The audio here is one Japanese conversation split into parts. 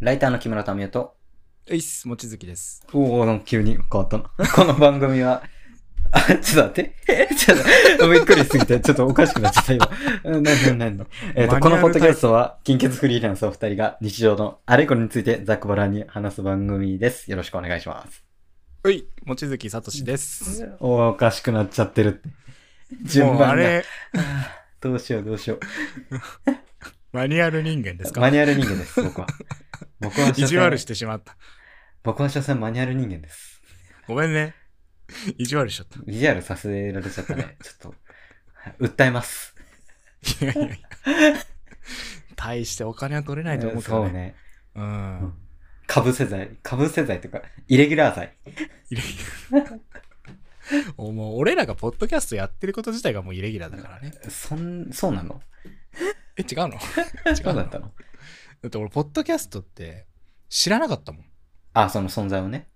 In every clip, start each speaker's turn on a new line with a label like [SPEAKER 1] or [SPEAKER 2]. [SPEAKER 1] ライターの木村民夫と、
[SPEAKER 2] えいっす、望月です。
[SPEAKER 1] おお、なんか急に変わったな。この番組は、あ、ちょっと待って。 ちょっと、びっくりしすぎて、ちょっとおかしくなっちゃ った、今。うんなんなんなんなんえっ、と、
[SPEAKER 2] マニュアル
[SPEAKER 1] このポッドキャストは、金欠フリーランスお二人が日常のあれこれについてざっくばらんに話す番組です。よろしくお願いします。
[SPEAKER 2] うい、望月聡です。
[SPEAKER 1] おーおかしくなっちゃってるって。順
[SPEAKER 2] もうあ
[SPEAKER 1] 番が。
[SPEAKER 2] れ、
[SPEAKER 1] どうしようどうしよ
[SPEAKER 2] マニュアル人間です
[SPEAKER 1] う。マ
[SPEAKER 2] か
[SPEAKER 1] ニュアル人間です、僕は。僕は
[SPEAKER 2] 意地悪し
[SPEAKER 1] 所詮
[SPEAKER 2] てしまった。
[SPEAKER 1] 僕は所詮マニュアル人間です。
[SPEAKER 2] ごめんね。意地悪しちゃった。
[SPEAKER 1] 意地悪させられちゃったね。ちょっと、訴えます。
[SPEAKER 2] いやいやいや。大してお金は取れないと思うけど
[SPEAKER 1] そう
[SPEAKER 2] ね。
[SPEAKER 1] ね。
[SPEAKER 2] う
[SPEAKER 1] うんん。かぶせ罪。かぶせ罪というか、イレギュラー罪。
[SPEAKER 2] イレギュラー おもう俺らがポッドキャストやってること自体がもうイレギュラーだからね。
[SPEAKER 1] そん、そうなの
[SPEAKER 2] え、 違うの違
[SPEAKER 1] そうだ
[SPEAKER 2] うの
[SPEAKER 1] った
[SPEAKER 2] だ
[SPEAKER 1] の
[SPEAKER 2] って俺、ポッドキャストって知らなかったもん。
[SPEAKER 1] あ、その存在をね。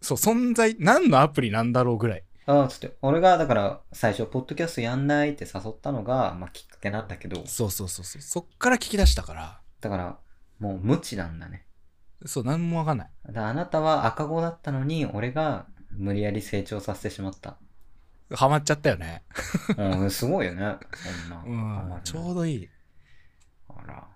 [SPEAKER 2] そう、存在、何のアプリなんだろうぐらい。
[SPEAKER 1] あつって、俺がだから最初、ポッドキャストやんないって誘ったのが、まあきっかけなんだけど、
[SPEAKER 2] そうそうそうそう。そっから聞き出したから。
[SPEAKER 1] だから、もう無知なんだね。
[SPEAKER 2] そう、何もわかんない。
[SPEAKER 1] だからあなたは赤子だったのに、俺が無理やり成長させてしまった。
[SPEAKER 2] ハマっちゃったよね。
[SPEAKER 1] うん、すごいよね。そんな。
[SPEAKER 2] うん。ちょう
[SPEAKER 1] ど。
[SPEAKER 2] どいい。
[SPEAKER 1] あら。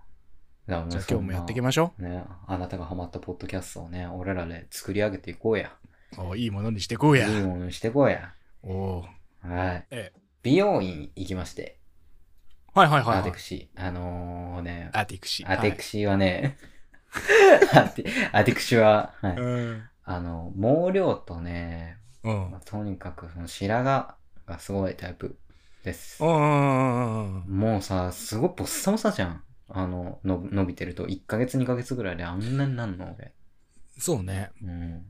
[SPEAKER 1] じゃあ
[SPEAKER 2] じゃあ今日もやっていき
[SPEAKER 1] ま
[SPEAKER 2] ましょ
[SPEAKER 1] す。ね、あなたがハマったポッドキャストをね、俺らで作り上げていこうや。
[SPEAKER 2] う。おいいものにしていこうや。
[SPEAKER 1] いいものにしてこうや。
[SPEAKER 2] おお
[SPEAKER 1] はい。
[SPEAKER 2] ええ
[SPEAKER 1] 美容院行きまして、
[SPEAKER 2] ー。はいはいはい、
[SPEAKER 1] ア
[SPEAKER 2] は
[SPEAKER 1] テ
[SPEAKER 2] い
[SPEAKER 1] ク。シー。あのーね、
[SPEAKER 2] アティクシー。
[SPEAKER 1] アテク
[SPEAKER 2] シ
[SPEAKER 1] シーはね、アテアテクシーは、は
[SPEAKER 2] ー
[SPEAKER 1] い、
[SPEAKER 2] うん。
[SPEAKER 1] あの、毛量とね、
[SPEAKER 2] うん。
[SPEAKER 1] まあとにかくその白髪がすごいタイプです。
[SPEAKER 2] うん。うん。
[SPEAKER 1] もうさ、すごいボッサボサじゃん。あの、の伸びてると、1ヶ月2ヶ月ぐらいであんなになんの俺。
[SPEAKER 2] そうね。
[SPEAKER 1] うん。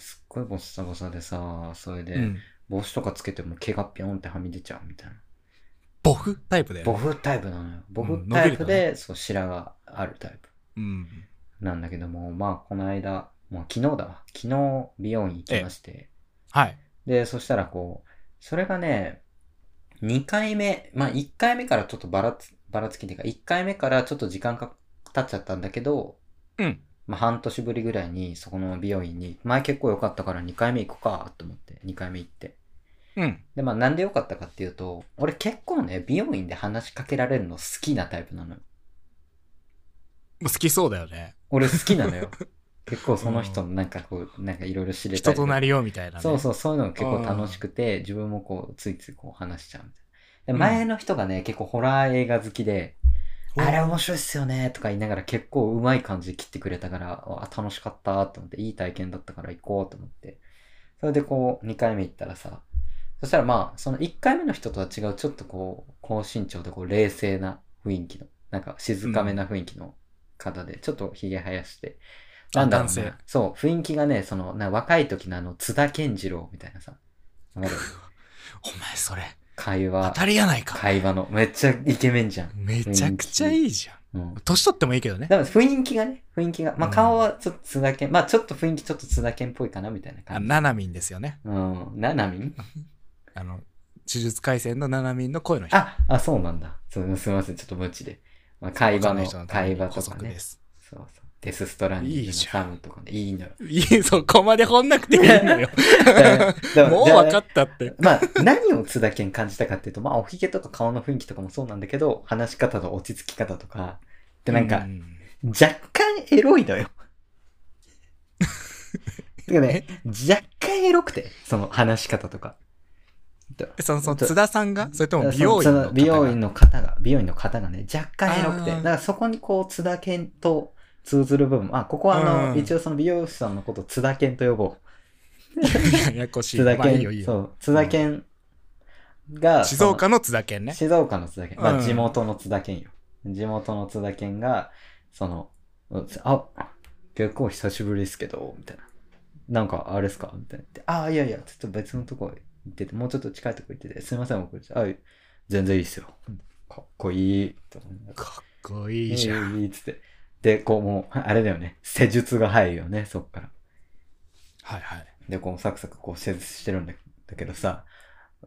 [SPEAKER 1] すっごいボッサボサでさ、それで、
[SPEAKER 2] うん。
[SPEAKER 1] 帽子とかつけても毛がピョンってはみ出ちゃうみたいな。
[SPEAKER 2] ボフタイプだよ
[SPEAKER 1] ボ
[SPEAKER 2] ね。
[SPEAKER 1] フタイプなのよ。ボ
[SPEAKER 2] う
[SPEAKER 1] フ
[SPEAKER 2] ん
[SPEAKER 1] タイプ
[SPEAKER 2] 伸びる
[SPEAKER 1] で、そう、白があるタイプ
[SPEAKER 2] うん。
[SPEAKER 1] なんだけども、まあ、この間、もう昨日だわ。昨日、美容院行きまして。
[SPEAKER 2] はい。
[SPEAKER 1] で、そしたらこう、それがね、2回目、まあ、1回目からちょっとばらつ、ばらつきっていうか、1回目からちょっと時間が経っちゃったんだけど、
[SPEAKER 2] うん。
[SPEAKER 1] まあ、半年ぶりぐらいに、そこの美容院に、前結構良かったから2回目行こうか、と思って、2回目行って。
[SPEAKER 2] うん。
[SPEAKER 1] で、まあ、なんで良かったかっていうと、俺結構ね、美容院で話しかけられるの好きなタイプなのよ。
[SPEAKER 2] もう好きそうだよね。
[SPEAKER 1] 俺好きなのよ。 結構その人のなんかこう、なんかいろいろ知れた
[SPEAKER 2] 人
[SPEAKER 1] りと
[SPEAKER 2] と
[SPEAKER 1] か。
[SPEAKER 2] なりをみたいな、ね。
[SPEAKER 1] そう
[SPEAKER 2] う。
[SPEAKER 1] そう、そういうのが結構楽しくて、自分もこう、ついついこう話しちゃうみたいな。で前の人がね、結構ホラー映画好きで、あれ面白いっすよねとか言いながら結構うまい感じで切ってくれたから、あ楽しかったと思って、いい体験だったから行こうと思って。それでこう、2回目行ったらさ、そしたらまあ、その1回目の人とは違う、ちょっとこう、高身長でこう、冷静な雰囲気の、なんか静かめな雰囲気の方で、ちょっと髭生やして、
[SPEAKER 2] あ
[SPEAKER 1] なんだろう
[SPEAKER 2] 男性
[SPEAKER 1] ね。そう、雰囲気がね、その、な若い時のあの、津田健次郎みたいなさ、わかる
[SPEAKER 2] お前それ、
[SPEAKER 1] 会
[SPEAKER 2] 当
[SPEAKER 1] 話、
[SPEAKER 2] たりやないか。
[SPEAKER 1] 会話の、めっちゃイケメンじゃん。
[SPEAKER 2] めちゃくちゃいいじゃん。
[SPEAKER 1] うん。
[SPEAKER 2] 年取ってもいいけどね。
[SPEAKER 1] でも雰囲気がね、雰囲気が。まあ
[SPEAKER 2] うん
[SPEAKER 1] 顔はちょっと津田健、まあちょっと雰囲気ちょっと津田健っぽいかなみたいな
[SPEAKER 2] あ、
[SPEAKER 1] 感じ。
[SPEAKER 2] ナナミンですよね。
[SPEAKER 1] うん。ななみん
[SPEAKER 2] あの、呪術廻戦のナナミンの声の人。
[SPEAKER 1] あ、あ、そうなんだ。そうすみません、ちょっと無知で。まあ、会話の、会話と
[SPEAKER 2] 補
[SPEAKER 1] か
[SPEAKER 2] 足
[SPEAKER 1] ね
[SPEAKER 2] で。す。
[SPEAKER 1] そうそう。デスストランディングのサムとかね、いいのよ。
[SPEAKER 2] いい、そこまで掘んなくていいのよ。
[SPEAKER 1] で
[SPEAKER 2] もう
[SPEAKER 1] で
[SPEAKER 2] 分かったって。
[SPEAKER 1] まあ、何を津田健感じたかっていうと、まあ、おひげとか顔の雰囲気とかもそうなんだけど、話し方の落ち着き方とか、で、なんか
[SPEAKER 2] う、ん
[SPEAKER 1] 若干エロい のよ。てかね、若干エロくて、その話し方とか。
[SPEAKER 2] えその、その、津田さんがそれとも美容
[SPEAKER 1] そ
[SPEAKER 2] 院
[SPEAKER 1] のそ
[SPEAKER 2] の方
[SPEAKER 1] の
[SPEAKER 2] が
[SPEAKER 1] 美容院の方が、美容院の方がね、若干エロくて、
[SPEAKER 2] あー
[SPEAKER 1] だからそこにこう、津田健と通ずる部分、あ、ここはあの、
[SPEAKER 2] うん
[SPEAKER 1] 一応その美容師さんのことを津田健と呼ぼ
[SPEAKER 2] ややこ
[SPEAKER 1] う。
[SPEAKER 2] しい。
[SPEAKER 1] 津田
[SPEAKER 2] まあ
[SPEAKER 1] 健、
[SPEAKER 2] いいよいい
[SPEAKER 1] そ
[SPEAKER 2] よ。
[SPEAKER 1] う、津田健が、
[SPEAKER 2] 静岡の津田健ね。
[SPEAKER 1] 静岡の津田健。ま
[SPEAKER 2] う
[SPEAKER 1] あ、
[SPEAKER 2] ん
[SPEAKER 1] 地元の津田健よ。地元の津田健が、その、うんあ、結構久しぶりですけど、みたいな。なんか、あれですかみたいな。であ、いやいや、ちょっと別のとこ行ってて、もうちょっと近いとこ行ってて、すいません、遅れて。あ、全然いいっすよ。かっこいい。と思いながら
[SPEAKER 2] かっこいいじゃん。
[SPEAKER 1] ん。いいっつって。で、こう、もう、あれだよね。施術が入るよね、そっから。
[SPEAKER 2] はいはい。
[SPEAKER 1] で、こう、サクサクこう、施術してるんだだけどさ、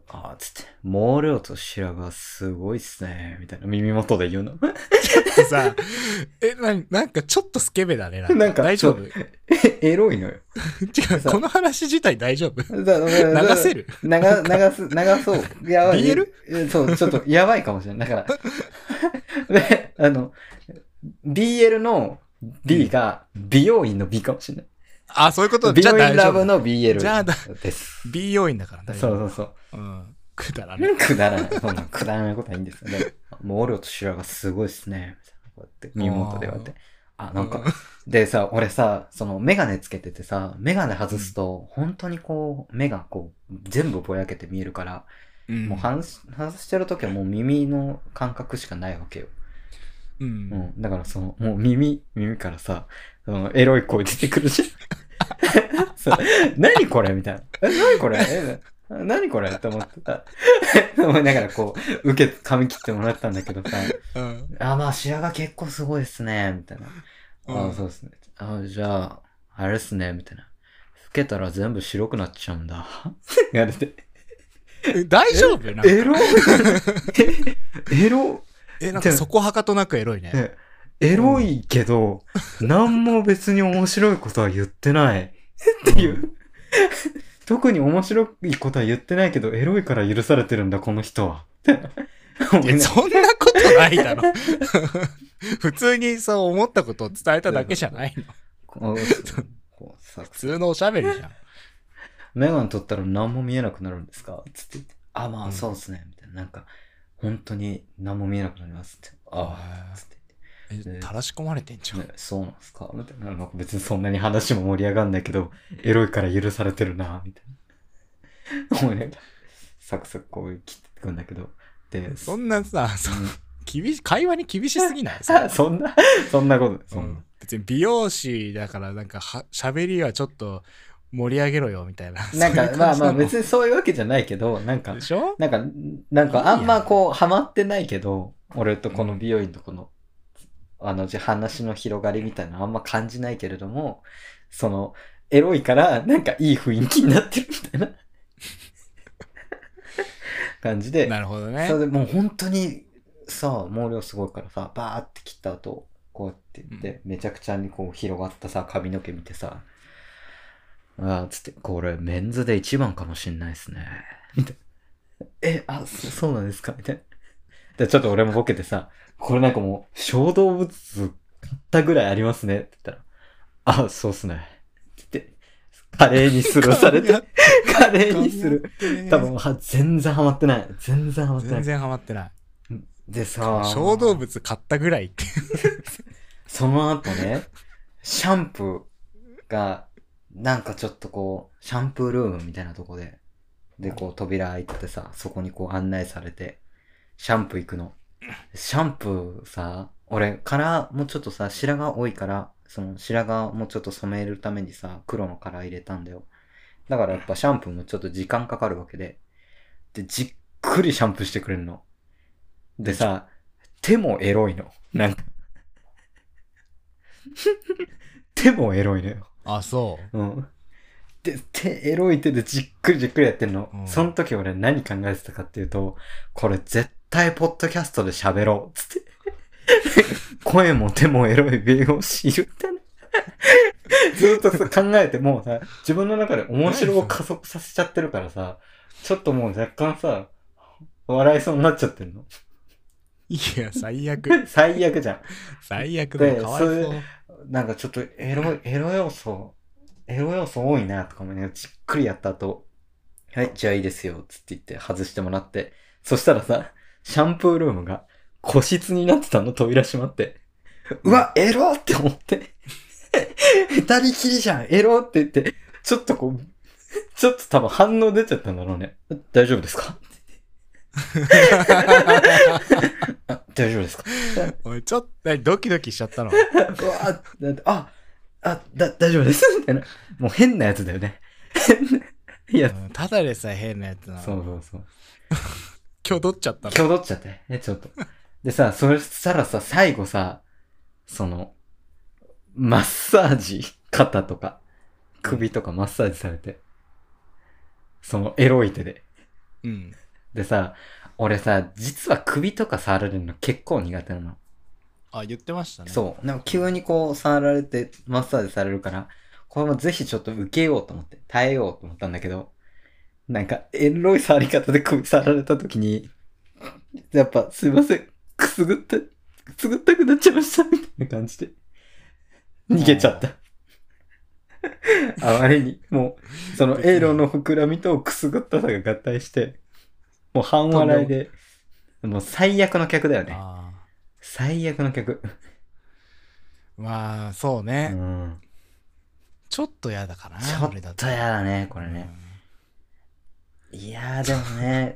[SPEAKER 1] あーつって、毛量と白髪すごいっすね、みたいな耳元で言 うの。
[SPEAKER 2] ってさ、 え、なんなんかちょっとスケベだね。なんか
[SPEAKER 1] なんか
[SPEAKER 2] 大丈夫。
[SPEAKER 1] そ
[SPEAKER 2] 違う、
[SPEAKER 1] エロいのよ。さ
[SPEAKER 2] この話自体大丈夫。
[SPEAKER 1] だだだ
[SPEAKER 2] 流せる
[SPEAKER 1] 流流す、流そう。やばい。
[SPEAKER 2] BL？
[SPEAKER 1] えそう、ちょっとやばいかもしれない。だから、 で、あの、BL の B が美容院の B かもしれない。
[SPEAKER 2] あ、そういうこと
[SPEAKER 1] 美
[SPEAKER 2] じゃあ
[SPEAKER 1] 容
[SPEAKER 2] 大
[SPEAKER 1] 院
[SPEAKER 2] 丈
[SPEAKER 1] ラブ
[SPEAKER 2] 夫。
[SPEAKER 1] の BL
[SPEAKER 2] じゃあだ
[SPEAKER 1] です。
[SPEAKER 2] 美容院だから
[SPEAKER 1] そう
[SPEAKER 2] 大丈夫。
[SPEAKER 1] そうそう。
[SPEAKER 2] うん。くだらね。
[SPEAKER 1] くだらない。そんなくだらないことはいいんですよ。でも、毛量と白髪すごいっすね。みたいなこうやって、耳元でこうやって。あ、なんか、でさ、俺さ、そのメガネつけててさ、メガネ外すと、本当にこう、目がこう、全部ぼやけて見えるから、
[SPEAKER 2] うん。
[SPEAKER 1] もう外し外してる時はもう耳の感覚しかないわけよ。
[SPEAKER 2] う。
[SPEAKER 1] うんん。だからその、もう耳、耳からさ、そのエロい声出てくるじゃん。 そう何これみたいな。え何これえ何これって思ってた。 思いながらこう、受け、髪切ってもらったんだけどさ、
[SPEAKER 2] うん。
[SPEAKER 1] あ、まあ白髪結構すごいですね、みたいな。あそうですね。あじゃあ、あれっすね、みたいな。老けたら全部白くなっちゃうんだ。 って言われて。
[SPEAKER 2] え大丈夫なんか
[SPEAKER 1] エロ エロ
[SPEAKER 2] え、なんかそこはかとなくエロいね。
[SPEAKER 1] ねエロいけど、何も別に面白いことは言ってない。っていう。特に面白いことは言ってないけど、エロいから許されてるんだ、この人は。
[SPEAKER 2] いやそんなことない だろ。普通にそう思ったことを伝えただけじゃないの。
[SPEAKER 1] こうこうさ
[SPEAKER 2] 普通のおしゃべりじゃん。
[SPEAKER 1] メガネ取ったら何も見えなくなるんですかつって言って。あ、ま
[SPEAKER 2] う
[SPEAKER 1] あ
[SPEAKER 2] ん
[SPEAKER 1] そうですね。みたいな。なんか、本当に何も見えなくなりますって。ああ、つって
[SPEAKER 2] えたらし込まれてんじゃん。
[SPEAKER 1] 言って。ねそうなんですかみたいな。なんか別にそんなに話も盛り上がんないけど、エロいから許されてるな、みたいな。思いながらサクサクこう切ってくんだけど。で、
[SPEAKER 2] そ
[SPEAKER 1] ん
[SPEAKER 2] んなさ、そ
[SPEAKER 1] うん
[SPEAKER 2] 厳し会話に厳しすぎない
[SPEAKER 1] な、そんな、そんなこと、そ
[SPEAKER 2] うんん別に美容師だからなんかは喋りはちょっと盛り上げろよみたいな。
[SPEAKER 1] な。なんか、まあまあ
[SPEAKER 2] に。
[SPEAKER 1] 別にそういうわけじゃないけど、なんか
[SPEAKER 2] で、しょ
[SPEAKER 1] なんか、なん
[SPEAKER 2] いい
[SPEAKER 1] か
[SPEAKER 2] や
[SPEAKER 1] あんまこう、ハマってないけど、俺とこの美容院とこの、あの、じゃ話の広がりみたいなのあんま感じないけれども、その、エロいから、なんかいい雰囲気になってるみ たいな感じで、
[SPEAKER 2] なるほどね
[SPEAKER 1] それ。でもう本当にさ、毛量すごいからさ、バーって切った後、こうやって言って、めちゃくちゃにこう広がったさ、髪の毛見てさ、あーつって、これメンズで一番かもしんないですね。みたいな。え、あ、そそうなんですかみたいな。で、ちょっと俺もボケてさ、これなんかもう、小動物買ったぐらいありますね。って言ったら、あ、そうっすね。って言って、華麗にスルーされて、華麗にスルー。
[SPEAKER 2] る
[SPEAKER 1] 多分は全然ハマってない。全然ハマってな
[SPEAKER 2] 全
[SPEAKER 1] い。
[SPEAKER 2] 然ハマってない。
[SPEAKER 1] でさ、
[SPEAKER 2] 小動物買ったぐらいって。
[SPEAKER 1] その後ね、シャンプーが、なんかちょっとこう、シャンプールームみたいなとこで、で、こう扉開いててさ、そこにこう案内されて、シャンプー行くの。シャンプーさ、俺、カラーもちょっとさ、白髪多いから、その白髪もちょっと染めるためにさ、黒のカラー入れたんだよ。だからやっぱシャンプーもちょっと時間かかるわけで。で、じっくりシャンプーしてくれるの。でさ、手もエロいの。なんか。手もエロいのよ。
[SPEAKER 2] あ、そ
[SPEAKER 1] うん。で、手、エロい手でじっくりじっくりやってんの。
[SPEAKER 2] うん
[SPEAKER 1] その時俺何考えてたかっていうと、これ絶対ポッドキャストで喋ろう。つって。 声も手もエロい美容師いるってね。ずっとさ考えてもうさ、自分の中で面白を加速させちゃってるからさ、ちょっともう若干さ、笑いそうになっちゃってるの。
[SPEAKER 2] う。いや、最悪。
[SPEAKER 1] 最悪じゃん。
[SPEAKER 2] 最悪だよ。
[SPEAKER 1] で
[SPEAKER 2] かわいそ。
[SPEAKER 1] そうなんかちょっとエロい、エロ要素、エロ要素多いなとかもね、じっくりやった後、はい、じゃあいいですよ、つって言って外してもらって、そしたらさ、シャンプールームが個室になってたの、扉閉まって。うわ、エロって思って。 二人きりじゃん、エロって言って、ちょっとこう、ちょっと多分反応出ちゃったんだろうね。大丈夫ですかあ大丈夫ですか
[SPEAKER 2] おい、ちょっと、ドキドキしちゃったの。
[SPEAKER 1] うわあだってあ、あ、だ、大丈夫です。みたいな。もう変なやつだよね。変なや
[SPEAKER 2] うんただでさえ変なやつな
[SPEAKER 1] つ。そ
[SPEAKER 2] の。
[SPEAKER 1] うそうそう。
[SPEAKER 2] 今日どっちゃったの。
[SPEAKER 1] 挙動っちゃって。え、ちょっと。でさ、そしたらさ、最後さ、その、マッサージ、肩とか、首とかマッサージされて。そのエロい手で。
[SPEAKER 2] うん。
[SPEAKER 1] でさ、俺さ、実は首とか触られるの結構苦手なの。
[SPEAKER 2] あ、言ってましたね。
[SPEAKER 1] そう。なんか急にこう触られて、マッサージされるから、これもぜひちょっと受けようと思って、耐えようと思ったんだけど、なんか、エロい触り方で首触られた時に、やっぱすいません、くすぐった、くすぐったくなっちゃいました、みたいな感じで。逃げちゃった。あまりに、もう、そのエロの膨らみとくすぐったさが合体して、もう半笑いで、もう最悪の客だよね。
[SPEAKER 2] あ
[SPEAKER 1] 最悪の客。
[SPEAKER 2] ーまあ、そう
[SPEAKER 1] う
[SPEAKER 2] ね。
[SPEAKER 1] ん。
[SPEAKER 2] ちょっと嫌だかな。
[SPEAKER 1] ちょ
[SPEAKER 2] 俺だ
[SPEAKER 1] っとやだね、これね。。いやーでもね、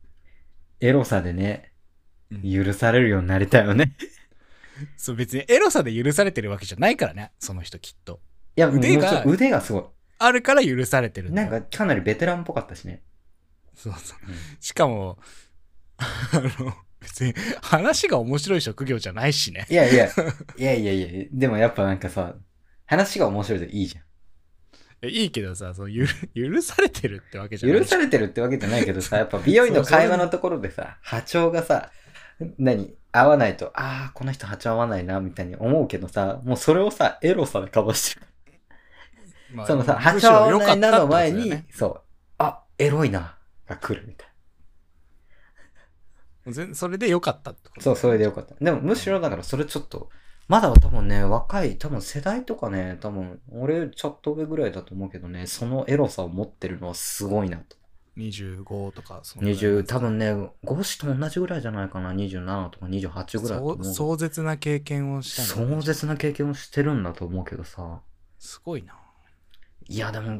[SPEAKER 1] エロさでね、
[SPEAKER 2] うんうん
[SPEAKER 1] 許されるようになりたいよね。
[SPEAKER 2] そう、別にエロさで許されてるわけじゃないからね。その人きっと。
[SPEAKER 1] いや、
[SPEAKER 2] 腕
[SPEAKER 1] もう
[SPEAKER 2] が
[SPEAKER 1] ちょっと腕がすご
[SPEAKER 2] あるから許されてる
[SPEAKER 1] い。
[SPEAKER 2] だ
[SPEAKER 1] な
[SPEAKER 2] よ
[SPEAKER 1] んか、かなりベテランっぽかったしね。
[SPEAKER 2] そうそう
[SPEAKER 1] うん。
[SPEAKER 2] しかも、あの、別に話が面白い職業じゃないしね。
[SPEAKER 1] いやいや、いやいやいや、でもやっぱなんかさ、話が面白いといいじゃん。
[SPEAKER 2] えいいけどさ、そのゆる許 されてるってわけじゃない
[SPEAKER 1] 許されてるってわけじゃないけどさ、 やっぱ美容院の会話のところでさ、波長がさ、何合わないと、ああ、この人波長合わないな、みたいに思うけどさ、もうそれをさ、エロさでかばしてる
[SPEAKER 2] まあ
[SPEAKER 1] そのさ、波
[SPEAKER 2] むしろ
[SPEAKER 1] 長
[SPEAKER 2] 良
[SPEAKER 1] な
[SPEAKER 2] かった
[SPEAKER 1] い
[SPEAKER 2] って
[SPEAKER 1] な
[SPEAKER 2] こと
[SPEAKER 1] の前
[SPEAKER 2] だよ
[SPEAKER 1] に、
[SPEAKER 2] ね
[SPEAKER 1] そう、あ、エロいな、が来るみたい
[SPEAKER 2] 全それで良かったってこと
[SPEAKER 1] な。そう、それでよかった。でも、むしろだから、それちょっと、まだ多分ね、若い、多分世代とかね、多分、俺よりちょっと上ぐらいだと思うけどね、そのエロさを持ってるのはすごいなと。
[SPEAKER 2] 25とか、そのぐらい
[SPEAKER 1] 20、多分ね、ゴシと同じぐらいじゃないかな、27とか28ぐらいだと思う。
[SPEAKER 2] そう壮絶な経験をしたんだね
[SPEAKER 1] 壮絶な経験をしてるんだと思うけどさ、
[SPEAKER 2] すごいな。
[SPEAKER 1] いや、でも、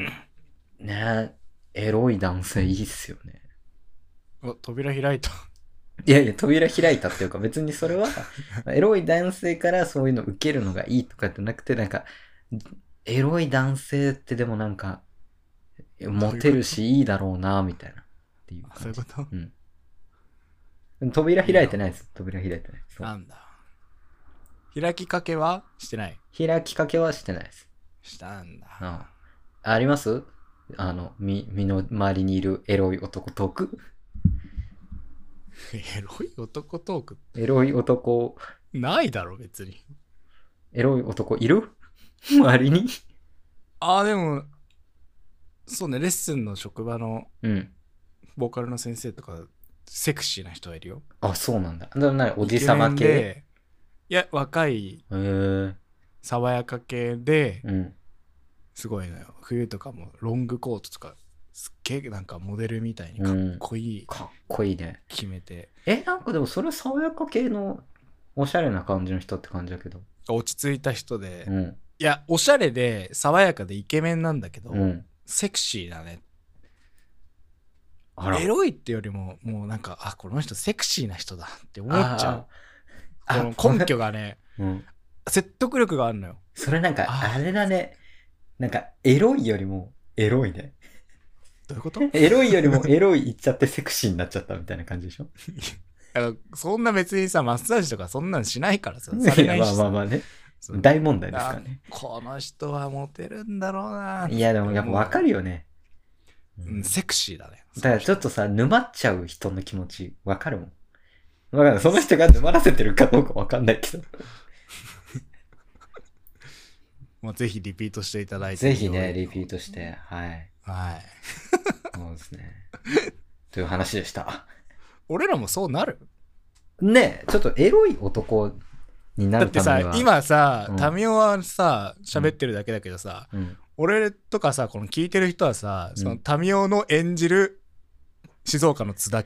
[SPEAKER 1] ね、エロい男性いいっすよね。
[SPEAKER 2] お扉開 いた。
[SPEAKER 1] いやいや、扉開いたっていうか、別にそれ は、エロい男性からそういうの受けるのがいいとかじゃなくて、なんか、エロい男性ってでもなんか、モテるしいいだろうな、みたいな。っていう
[SPEAKER 2] あそうい
[SPEAKER 1] 感
[SPEAKER 2] う
[SPEAKER 1] じ
[SPEAKER 2] こと
[SPEAKER 1] うん。扉開いてないです。扉開いてないそ。
[SPEAKER 2] なんだ。開きかけはしてないう
[SPEAKER 1] 開きかけはしてないです。
[SPEAKER 2] したんだ。
[SPEAKER 1] ああありますあの、み、身の周りにいるエロい男トーク
[SPEAKER 2] エロい男トーク
[SPEAKER 1] エロい男、
[SPEAKER 2] ないだろ、別に。
[SPEAKER 1] エロい男いる周りに
[SPEAKER 2] ああ、でも、そうね、レッスンの職場の
[SPEAKER 1] うん。
[SPEAKER 2] ボーカルの先生とか、セクシーな人はいるよ。
[SPEAKER 1] あ、そうなんだ。ななおじさ
[SPEAKER 2] イ
[SPEAKER 1] ま
[SPEAKER 2] ケ
[SPEAKER 1] 系
[SPEAKER 2] メンでいや、若い、
[SPEAKER 1] へえ。
[SPEAKER 2] 爽やか系で、
[SPEAKER 1] うん。
[SPEAKER 2] すごいのよ。冬とかもロングコートとか、すっげえなんかモデルみたいにかっこいい、
[SPEAKER 1] かっこいいね。
[SPEAKER 2] 決めて、
[SPEAKER 1] え、なんかでもそれ爽やか系のおしゃれな感じの人って感じだけど。
[SPEAKER 2] 落ち着いた人で、
[SPEAKER 1] う
[SPEAKER 2] い
[SPEAKER 1] ん。
[SPEAKER 2] や、おしゃれで、爽やかでイケメンなんだけど、
[SPEAKER 1] うん。
[SPEAKER 2] セクシーだね。
[SPEAKER 1] あら。
[SPEAKER 2] エロいってよりも、もうなんか、あ、この人セクシーな人だって思っちゃう。
[SPEAKER 1] あー。あ
[SPEAKER 2] この根拠がね、
[SPEAKER 1] うん。
[SPEAKER 2] 説得力があるのよ。
[SPEAKER 1] それなんか、
[SPEAKER 2] あー
[SPEAKER 1] あれだね。なんか、エロいよりも、エロいね。
[SPEAKER 2] どういうこと
[SPEAKER 1] エロいより も、エロい言っちゃってセクシーになっちゃったみたいな感じでしょ
[SPEAKER 2] あのそんな別にさ、マッサージとかそんなんしないからさ、され
[SPEAKER 1] い
[SPEAKER 2] な
[SPEAKER 1] や、
[SPEAKER 2] いし
[SPEAKER 1] まあ
[SPEAKER 2] さ
[SPEAKER 1] まあまあね。
[SPEAKER 2] そう
[SPEAKER 1] 大問題ですからね。
[SPEAKER 2] この人はモテるんだろうな。
[SPEAKER 1] いや、でもやっぱわかるよね。
[SPEAKER 2] う
[SPEAKER 1] うん
[SPEAKER 2] ん、セクシーだね。
[SPEAKER 1] だからちょっとさ、沼っちゃう人の気持ち、わかるもん。わかる。その人が沼らせてるかどうかわかんないけど。
[SPEAKER 2] もうぜひリピートしていただいて。
[SPEAKER 1] ぜひね、リピートして、はい。
[SPEAKER 2] ト。はい。
[SPEAKER 1] そうですね。 という話でした。
[SPEAKER 2] 俺らもそうなる
[SPEAKER 1] ねえ、ちょっとエロい男にな
[SPEAKER 2] だっ
[SPEAKER 1] る
[SPEAKER 2] て
[SPEAKER 1] ため
[SPEAKER 2] さ
[SPEAKER 1] には。、
[SPEAKER 2] 今さ
[SPEAKER 1] うん、
[SPEAKER 2] タミオはさ、喋ってるだけだけどさ、
[SPEAKER 1] うん、
[SPEAKER 2] 俺とかさ、この聞いてる人はさ、
[SPEAKER 1] うん
[SPEAKER 2] そのタミオの演じる静岡の津田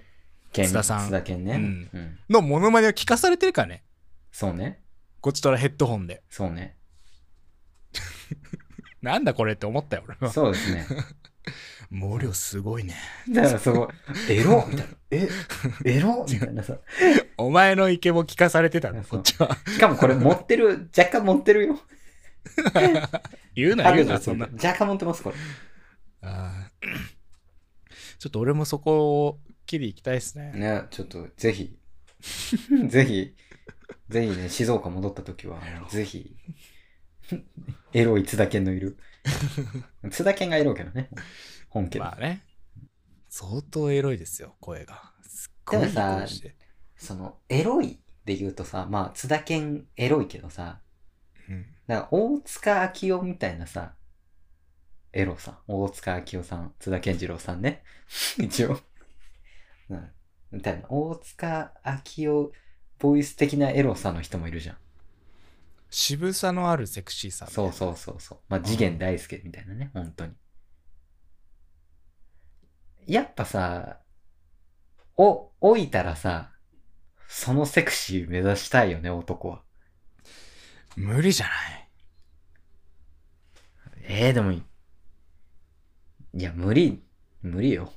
[SPEAKER 1] 健
[SPEAKER 2] 津田さん
[SPEAKER 1] 津田健ね、
[SPEAKER 2] うん
[SPEAKER 1] うん。
[SPEAKER 2] のモノマネを聞かされてるからね。
[SPEAKER 1] そうね。
[SPEAKER 2] こちとらヘッドホンで。
[SPEAKER 1] そうね。
[SPEAKER 2] なんだこれって思ったよ、俺は。
[SPEAKER 1] そうですね。
[SPEAKER 2] 毛量すごいね。
[SPEAKER 1] だからすごい、エロみたいな。え、エロみたいなさ。
[SPEAKER 2] お前のイケも聞かされてたの、
[SPEAKER 1] そ
[SPEAKER 2] こ
[SPEAKER 1] う
[SPEAKER 2] っちは。
[SPEAKER 1] しかもこれ持ってる、若干持ってるよ。
[SPEAKER 2] 言うな、言うな、そんな。
[SPEAKER 1] 若干持ってます、これ。
[SPEAKER 2] あー ちょっと俺もそこを切り行きたいですね。
[SPEAKER 1] ね、ちょっとぜひ、 ぜひ、ぜひね、静岡戻った時は、あのぜひ、エロい 津田健のいる。津田健がエロいけどね、本家で。
[SPEAKER 2] まあね。相当エロいですよ、声が。すっご
[SPEAKER 1] で
[SPEAKER 2] い
[SPEAKER 1] もさ
[SPEAKER 2] 声して。
[SPEAKER 1] その、エロいで言うとさ、まあ、津田健エロいけどさ、
[SPEAKER 2] うん。
[SPEAKER 1] なんか大塚明夫みたいなさ、エロさ、大塚明夫さん、津田健次郎さんね。 一応。うん。みたいな、大塚明夫ボイス的なエロさの人もいるじゃん。
[SPEAKER 2] 渋さのあるセクシーさみたい
[SPEAKER 1] そ
[SPEAKER 2] な。
[SPEAKER 1] うそうそうそう。まあ、次元大介みたいなね、本当に。やっぱさ、お、置いたらさ、そのセクシー目指したいよね、男は。
[SPEAKER 2] 無理じゃない。
[SPEAKER 1] ええでもいい。いや、無理、無理よ。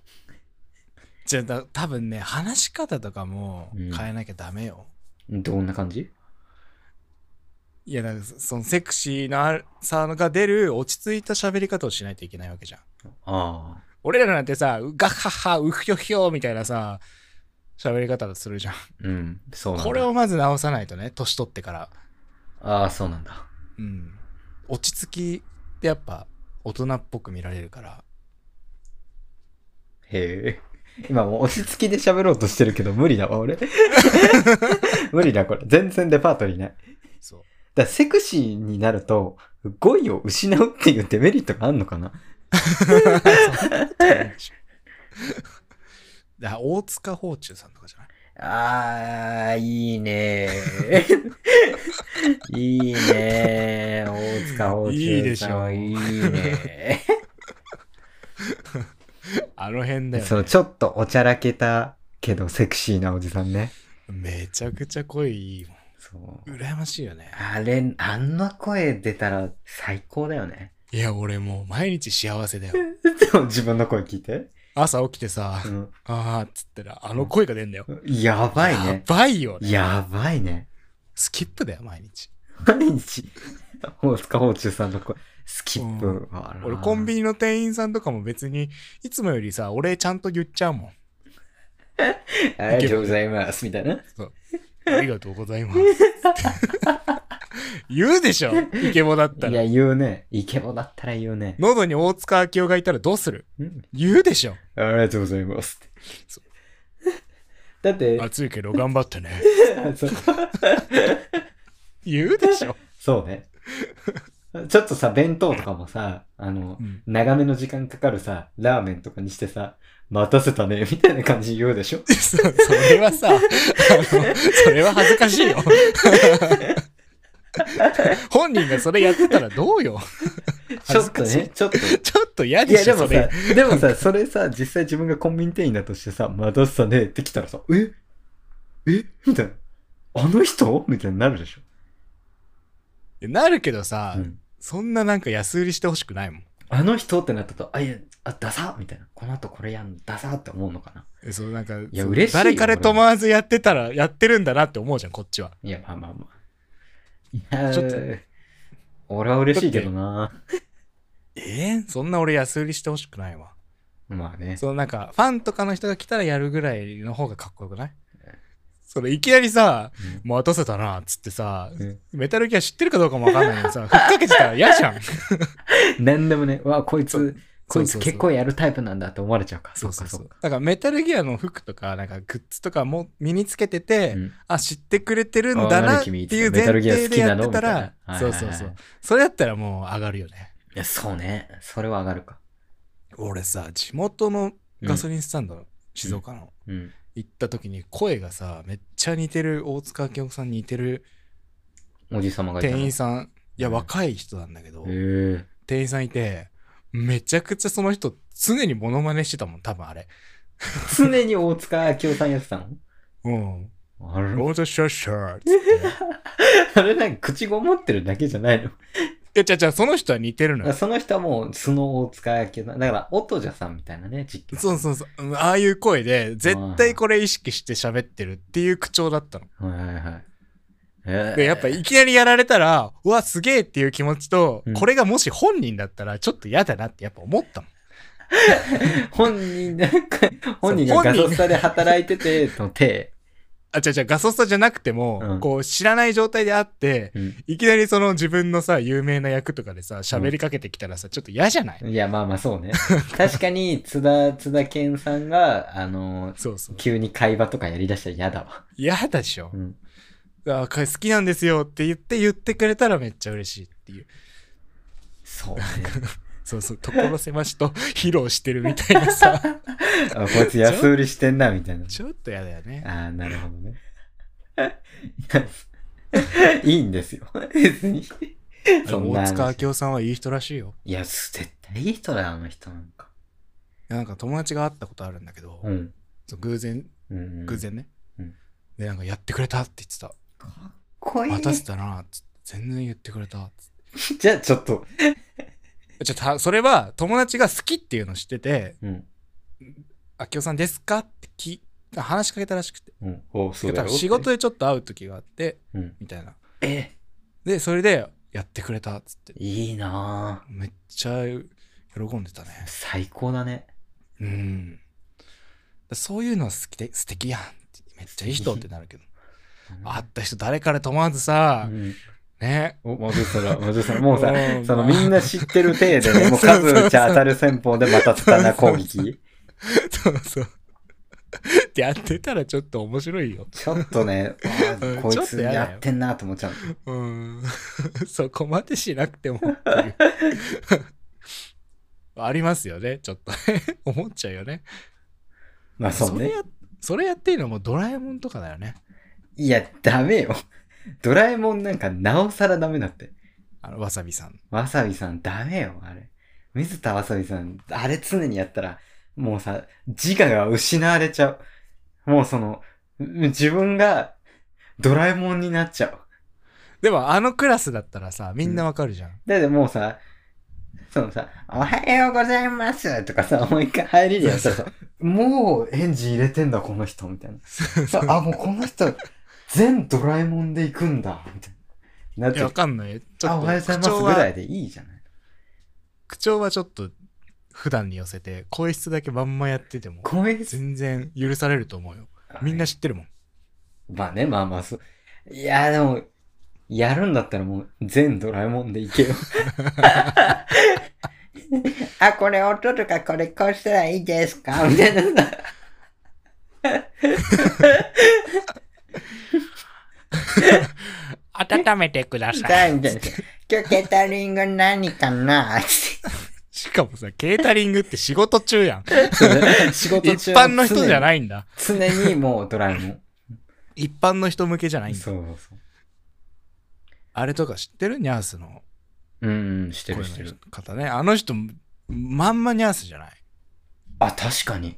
[SPEAKER 2] じゃあ、だ多分ね、話し方とかも
[SPEAKER 1] うん
[SPEAKER 2] 変えなきゃダメよ。
[SPEAKER 1] どんな感じ
[SPEAKER 2] いや、だからそそのセクシーなあるさが出る落ち着いた喋り方をしないといけないわけじゃん。
[SPEAKER 1] ああ。
[SPEAKER 2] 俺らなんてさ、うガッハッハ、うひょひょみたいなさ、喋り方するじゃん。
[SPEAKER 1] うん、そうなんだ。
[SPEAKER 2] これをまず直さないとね、年取ってから。
[SPEAKER 1] ああ、そうなんだ。
[SPEAKER 2] うん。落ち着きってやっぱ大人っぽく見られるから。
[SPEAKER 1] へえ。今もう落ち着きで喋ろうとしてるけど無理だわ、 俺。無理だ、これ。全然レパートリーない。
[SPEAKER 2] そう。
[SPEAKER 1] だからセクシーになると、語彙を失うっていうデメリットがあるのかな
[SPEAKER 2] だから大塚芳忠さんとかじゃない
[SPEAKER 1] あー、いい ねいいね大塚芳
[SPEAKER 2] 忠さん
[SPEAKER 1] いいでしょ。
[SPEAKER 2] いい
[SPEAKER 1] ね
[SPEAKER 2] あの辺だよ、ね。
[SPEAKER 1] そう、ちょっとおちゃらけたけどセクシーなおじさんね。
[SPEAKER 2] めちゃくちゃ声いいも。。
[SPEAKER 1] そうん
[SPEAKER 2] 羨ましいよね。
[SPEAKER 1] あれ、あんな声出たら最高だよね。
[SPEAKER 2] いや、俺もう毎日幸せだ よ。
[SPEAKER 1] でも自分の声聞いて。
[SPEAKER 2] 朝起きてさ
[SPEAKER 1] う、ん、
[SPEAKER 2] あーっつったら、あの声が出んだよ。
[SPEAKER 1] やばいね。
[SPEAKER 2] やばいよね。
[SPEAKER 1] やばいね。
[SPEAKER 2] スキップだよ、毎日。
[SPEAKER 1] 毎日、大塚芳忠さんの声、スキップ。
[SPEAKER 2] うん
[SPEAKER 1] あら
[SPEAKER 2] 俺、コンビニの店員さんとかも別に、いつもよりさ、俺ちゃんと言っちゃうもん。
[SPEAKER 1] ありがとうございます、みたいな。
[SPEAKER 2] ありがとうございます。言うでしょ、イケボだった
[SPEAKER 1] い
[SPEAKER 2] ら
[SPEAKER 1] や、。言うね。イケボだったら言うね。
[SPEAKER 2] 喉に大塚明夫がいたらどうする
[SPEAKER 1] うん
[SPEAKER 2] 言うでしょ。
[SPEAKER 1] ありがとうございますって
[SPEAKER 2] そ。
[SPEAKER 1] だって、
[SPEAKER 2] 暑いけど頑張ってね。
[SPEAKER 1] そう
[SPEAKER 2] 言うでしょ。
[SPEAKER 1] そうね。ちょっとさ、弁当とかもさ、あの、
[SPEAKER 2] うん
[SPEAKER 1] 長めの時間かかるさ、ラーメンとかにしてさ、待たせたね、みたいな感じ言うで しょ
[SPEAKER 2] そそれはさ、あのそれは恥ずかしいよ。本人がそれやってたらどうよ。
[SPEAKER 1] ちょ
[SPEAKER 2] 恥
[SPEAKER 1] っ
[SPEAKER 2] ず
[SPEAKER 1] と
[SPEAKER 2] かしい
[SPEAKER 1] ね、ちょっと。
[SPEAKER 2] ちょっと嫌
[SPEAKER 1] い
[SPEAKER 2] で
[SPEAKER 1] や、
[SPEAKER 2] し
[SPEAKER 1] で
[SPEAKER 2] ょ、
[SPEAKER 1] も
[SPEAKER 2] そ
[SPEAKER 1] さ
[SPEAKER 2] れ。、
[SPEAKER 1] でもさ、それさ、実際自分がコンビニ店員だとしてさ、待たせたねって来たらさ、ええみたいな。あの人みたいになるでしょ、
[SPEAKER 2] なるけどさ、
[SPEAKER 1] うん
[SPEAKER 2] そんななんか安売りしてほしくないもん。
[SPEAKER 1] あの人ってなったと、あ、いや、あ、ダサみたいな。この後これやんの、ダサって思うのかな。
[SPEAKER 2] えそうなんか、
[SPEAKER 1] や
[SPEAKER 2] そう
[SPEAKER 1] 嬉しいよ
[SPEAKER 2] 誰彼ともわずやってたら、やってるんだなって思うじゃん、こっちは。
[SPEAKER 1] いや、まあまあまあ。いや、ち
[SPEAKER 2] ちょ
[SPEAKER 1] ょ
[SPEAKER 2] っ
[SPEAKER 1] っ
[SPEAKER 2] と
[SPEAKER 1] と。俺は嬉しいけどな。
[SPEAKER 2] えーそんな俺安売りしてほしくないわ。
[SPEAKER 1] まあね。
[SPEAKER 2] そのなんか、ファンとかの人が来たらやるぐらいの方がかっこよくないそれいきなりさ、待たせたな、っつってさ、
[SPEAKER 1] うん
[SPEAKER 2] メタルギア知ってるかどうかもわかんないのにさ、ふっかけてたら 嫌じゃん。
[SPEAKER 1] 何でもね、わ、こい
[SPEAKER 2] そ
[SPEAKER 1] つ、こいつ結構やるタイプなんだって思われちゃうか。
[SPEAKER 2] そうそうそう
[SPEAKER 1] っ。
[SPEAKER 2] だからメタルギアの服とか、なんかグッズとかも身につけてて、
[SPEAKER 1] かうん
[SPEAKER 2] あ、知ってくれてるん
[SPEAKER 1] あ
[SPEAKER 2] だな
[SPEAKER 1] 何
[SPEAKER 2] って
[SPEAKER 1] 君
[SPEAKER 2] いう
[SPEAKER 1] つメ
[SPEAKER 2] 前
[SPEAKER 1] タルギア好
[SPEAKER 2] 提で
[SPEAKER 1] き
[SPEAKER 2] や
[SPEAKER 1] な
[SPEAKER 2] って
[SPEAKER 1] の
[SPEAKER 2] たら、
[SPEAKER 1] みたいな
[SPEAKER 2] そうそう
[SPEAKER 1] はいはい
[SPEAKER 2] そ
[SPEAKER 1] は
[SPEAKER 2] う
[SPEAKER 1] い。
[SPEAKER 2] それやったらもう上がるよね。
[SPEAKER 1] いや、そうね。それは上がるか。
[SPEAKER 2] 俺さ、地元のガソリンスタンド、静岡の、
[SPEAKER 1] うん。
[SPEAKER 2] 行った時に声がさ、めっちゃ似てる、大塚明夫さんに似てる
[SPEAKER 1] おじさまがいたの。
[SPEAKER 2] 店員さん、いや、
[SPEAKER 1] うん
[SPEAKER 2] 若い人なんだけど、
[SPEAKER 1] へえ。
[SPEAKER 2] 店員さんいて、めちゃくちゃその人常にモノマネしてたもん、多分あれ。
[SPEAKER 1] 常に大塚明夫さんやってたの
[SPEAKER 2] うん。
[SPEAKER 1] あれ
[SPEAKER 2] ロードシャッシャーっつ って。
[SPEAKER 1] あれなんか口ごもってるだけじゃないの
[SPEAKER 2] いや、じゃじゃその人は似てるのよ。
[SPEAKER 1] その人はもう素の大塚明夫さん。だから、音じゃさんみたいなね、実況。
[SPEAKER 2] そうそうそう。うんああいう声で、絶対これ意識して喋ってるっていう口調だったの。
[SPEAKER 1] はいはいはい。え
[SPEAKER 2] で、やっぱいきなりやられたら、うわ、すげえっていう気持ちと
[SPEAKER 1] うん、
[SPEAKER 2] これがもし本人だったら、ちょっと嫌だなってやっぱ思ったもん。
[SPEAKER 1] 本人なんか、本人がガソスタで働いてて、の手、
[SPEAKER 2] あ、違う違う、ガソスタじゃなくても、
[SPEAKER 1] うん
[SPEAKER 2] こう、知らない状態であって、
[SPEAKER 1] うん
[SPEAKER 2] いきなりその自分のさ、有名な役とかでさ、喋りかけてきたらさ、ちょっと嫌じゃない、
[SPEAKER 1] いや、まあまあそう ね。確かに、津田、津田健さんが、あの、
[SPEAKER 2] そうそう。
[SPEAKER 1] 急に会話とかやりだしたら嫌だわ。
[SPEAKER 2] 嫌だでしょ
[SPEAKER 1] う。ん。
[SPEAKER 2] あ、これ好きなんですよって言って、言ってくれたらめっちゃ嬉しいっていう。
[SPEAKER 1] そう ね。
[SPEAKER 2] そうそう、所狭しと 披露してるみたいな さ、
[SPEAKER 1] あこいつ安売りしてんな、みたいな。
[SPEAKER 2] ちょっと嫌だよね。
[SPEAKER 1] ああ、なるほど ね。いいんですよ。別に。
[SPEAKER 2] あ
[SPEAKER 1] そ
[SPEAKER 2] の
[SPEAKER 1] んな
[SPEAKER 2] 大塚
[SPEAKER 1] 話。
[SPEAKER 2] 明夫さんはいい人らしいよ。
[SPEAKER 1] いや、す絶対いい人だよ、あの人なんか。
[SPEAKER 2] なんか友達が会ったことあるんだけど、
[SPEAKER 1] うん。
[SPEAKER 2] そう偶然、
[SPEAKER 1] うんうん、
[SPEAKER 2] 偶。然ね。
[SPEAKER 1] うん
[SPEAKER 2] で、なんかやってくれたって言ってた。
[SPEAKER 1] かっこいい。
[SPEAKER 2] 渡せたなっつって全然言ってくれたっつっ
[SPEAKER 1] じゃあ、ちょっと。
[SPEAKER 2] てちょっとはそれは友達が好きっていうのを知ってて
[SPEAKER 1] うん。
[SPEAKER 2] 「あきおさんですか?」って聞い話しかけたらしくて
[SPEAKER 1] うん。おそうだ
[SPEAKER 2] 多
[SPEAKER 1] よ。
[SPEAKER 2] 分仕事でちょっと会う時があって
[SPEAKER 1] うん。
[SPEAKER 2] みたいな
[SPEAKER 1] え、
[SPEAKER 2] でそれでやってくれたっつって
[SPEAKER 1] いいなぁ。
[SPEAKER 2] めっちゃ喜んでたね
[SPEAKER 1] 最高だね。
[SPEAKER 2] うんそういうのは好きで素敵やんめっちゃいい人ってなるけど会った人誰からともわず
[SPEAKER 1] う
[SPEAKER 2] さ、
[SPEAKER 1] ん。
[SPEAKER 2] ね
[SPEAKER 1] お、まずそら、まずそら、もう さ、
[SPEAKER 2] うん
[SPEAKER 1] そのみんな知ってる体でね、もう
[SPEAKER 2] そう
[SPEAKER 1] 数
[SPEAKER 2] そうそう
[SPEAKER 1] 打ち当たる戦法でまたつたな攻撃。
[SPEAKER 2] そうそうってやってたらちょっと面白いよ
[SPEAKER 1] ちょっとね、あー
[SPEAKER 2] うん
[SPEAKER 1] こい
[SPEAKER 2] ちょっ
[SPEAKER 1] つ
[SPEAKER 2] とやだよ
[SPEAKER 1] やってんなと思っちゃう。
[SPEAKER 2] うーん そこまでしなくてもっていう ありますよねちょっとね 思っちゃうよね
[SPEAKER 1] まあそう
[SPEAKER 2] れ
[SPEAKER 1] ね。
[SPEAKER 2] やそれやってるのもドラえもんとかだよね
[SPEAKER 1] いや、ダメよ。ドラえもんなんかなおさらダメだって。
[SPEAKER 2] あのわさびさん
[SPEAKER 1] わさびさんダメよ、あれ。水田わさびさん、あれ常にやったら、もうさ、自我が失われちゃう。もうその、自分がドラえもんになっちゃう。
[SPEAKER 2] でもあのクラスだったらさみんなわかるじゃん、
[SPEAKER 1] だってもうさ、そのさ、おはようございますとかさ、もう一回入りでやったらさ、もうエンジン入れてんだ、この人、みたい な。さあ、もうこの人、全ドラえもんで行くんだ、みたいな。なっ
[SPEAKER 2] い
[SPEAKER 1] て
[SPEAKER 2] やわかんないち
[SPEAKER 1] あ、おはようございます
[SPEAKER 2] 口調
[SPEAKER 1] ぐ
[SPEAKER 2] は
[SPEAKER 1] らいでいいじゃない。
[SPEAKER 2] 口調はちょっと普段に寄せて声質だけまんまやってても
[SPEAKER 1] 光栄です。
[SPEAKER 2] 全然許されると思うよみんな知ってるもん
[SPEAKER 1] まあね、まあまあ、そう。いや、でも、やるんだったらもう全ドラえもんでいけよ。 あ、これ音とかこれこうしたらいいですかみたいなさ。
[SPEAKER 2] 温めてくだ
[SPEAKER 1] さあみたいな。今日ケータリング何かな
[SPEAKER 2] しかもさケータリングって仕事中やん
[SPEAKER 1] 仕事
[SPEAKER 2] 一
[SPEAKER 1] 中
[SPEAKER 2] 般の人じゃ
[SPEAKER 1] い
[SPEAKER 2] ないんだ
[SPEAKER 1] 常に常にもうドラえも
[SPEAKER 2] 一般の人向けじゃないん
[SPEAKER 1] ん。
[SPEAKER 2] だ
[SPEAKER 1] そうそうそう。
[SPEAKER 2] あれとか知ってるニャースの
[SPEAKER 1] うん、うん、して
[SPEAKER 2] 声
[SPEAKER 1] るして
[SPEAKER 2] の
[SPEAKER 1] る。
[SPEAKER 2] 方ね。あの人、まんまニャースじゃない
[SPEAKER 1] あ、確かに。